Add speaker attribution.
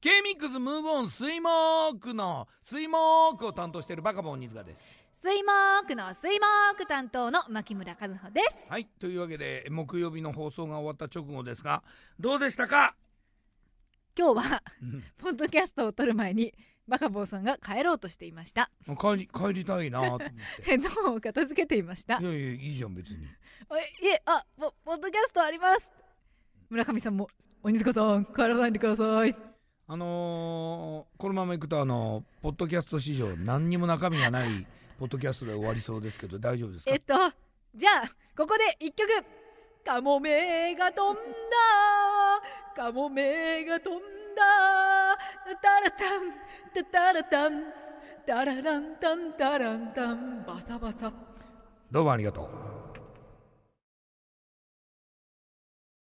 Speaker 1: K ミックスムーブオン水木の水木を担当しているバカボン鬼塚です
Speaker 2: 水木の水木担当の牧村和穂です
Speaker 1: はいというわけで木曜日の放送が終わった直後ですがどうでしたか
Speaker 2: 今日は ポッドキャストを撮る前にバカボンさんが帰ろうとしていました
Speaker 1: 帰り帰りたいな と思って
Speaker 2: ヘッドホンを片付けていました
Speaker 1: いやいやいいじゃん別に
Speaker 2: おいいえあポポッドキャストあります村上さんも鬼塚さん帰らないでください
Speaker 1: あのーこのままいくとあのポッドキャスト史上何にも中身がないポッドキャストで終わりそうですけど大丈夫ですか
Speaker 2: えっとじゃあここで一曲カモメが飛んだカモメが飛んだタラタンタタラタンタラランタンタランタンバサバサ
Speaker 1: どうもありがとう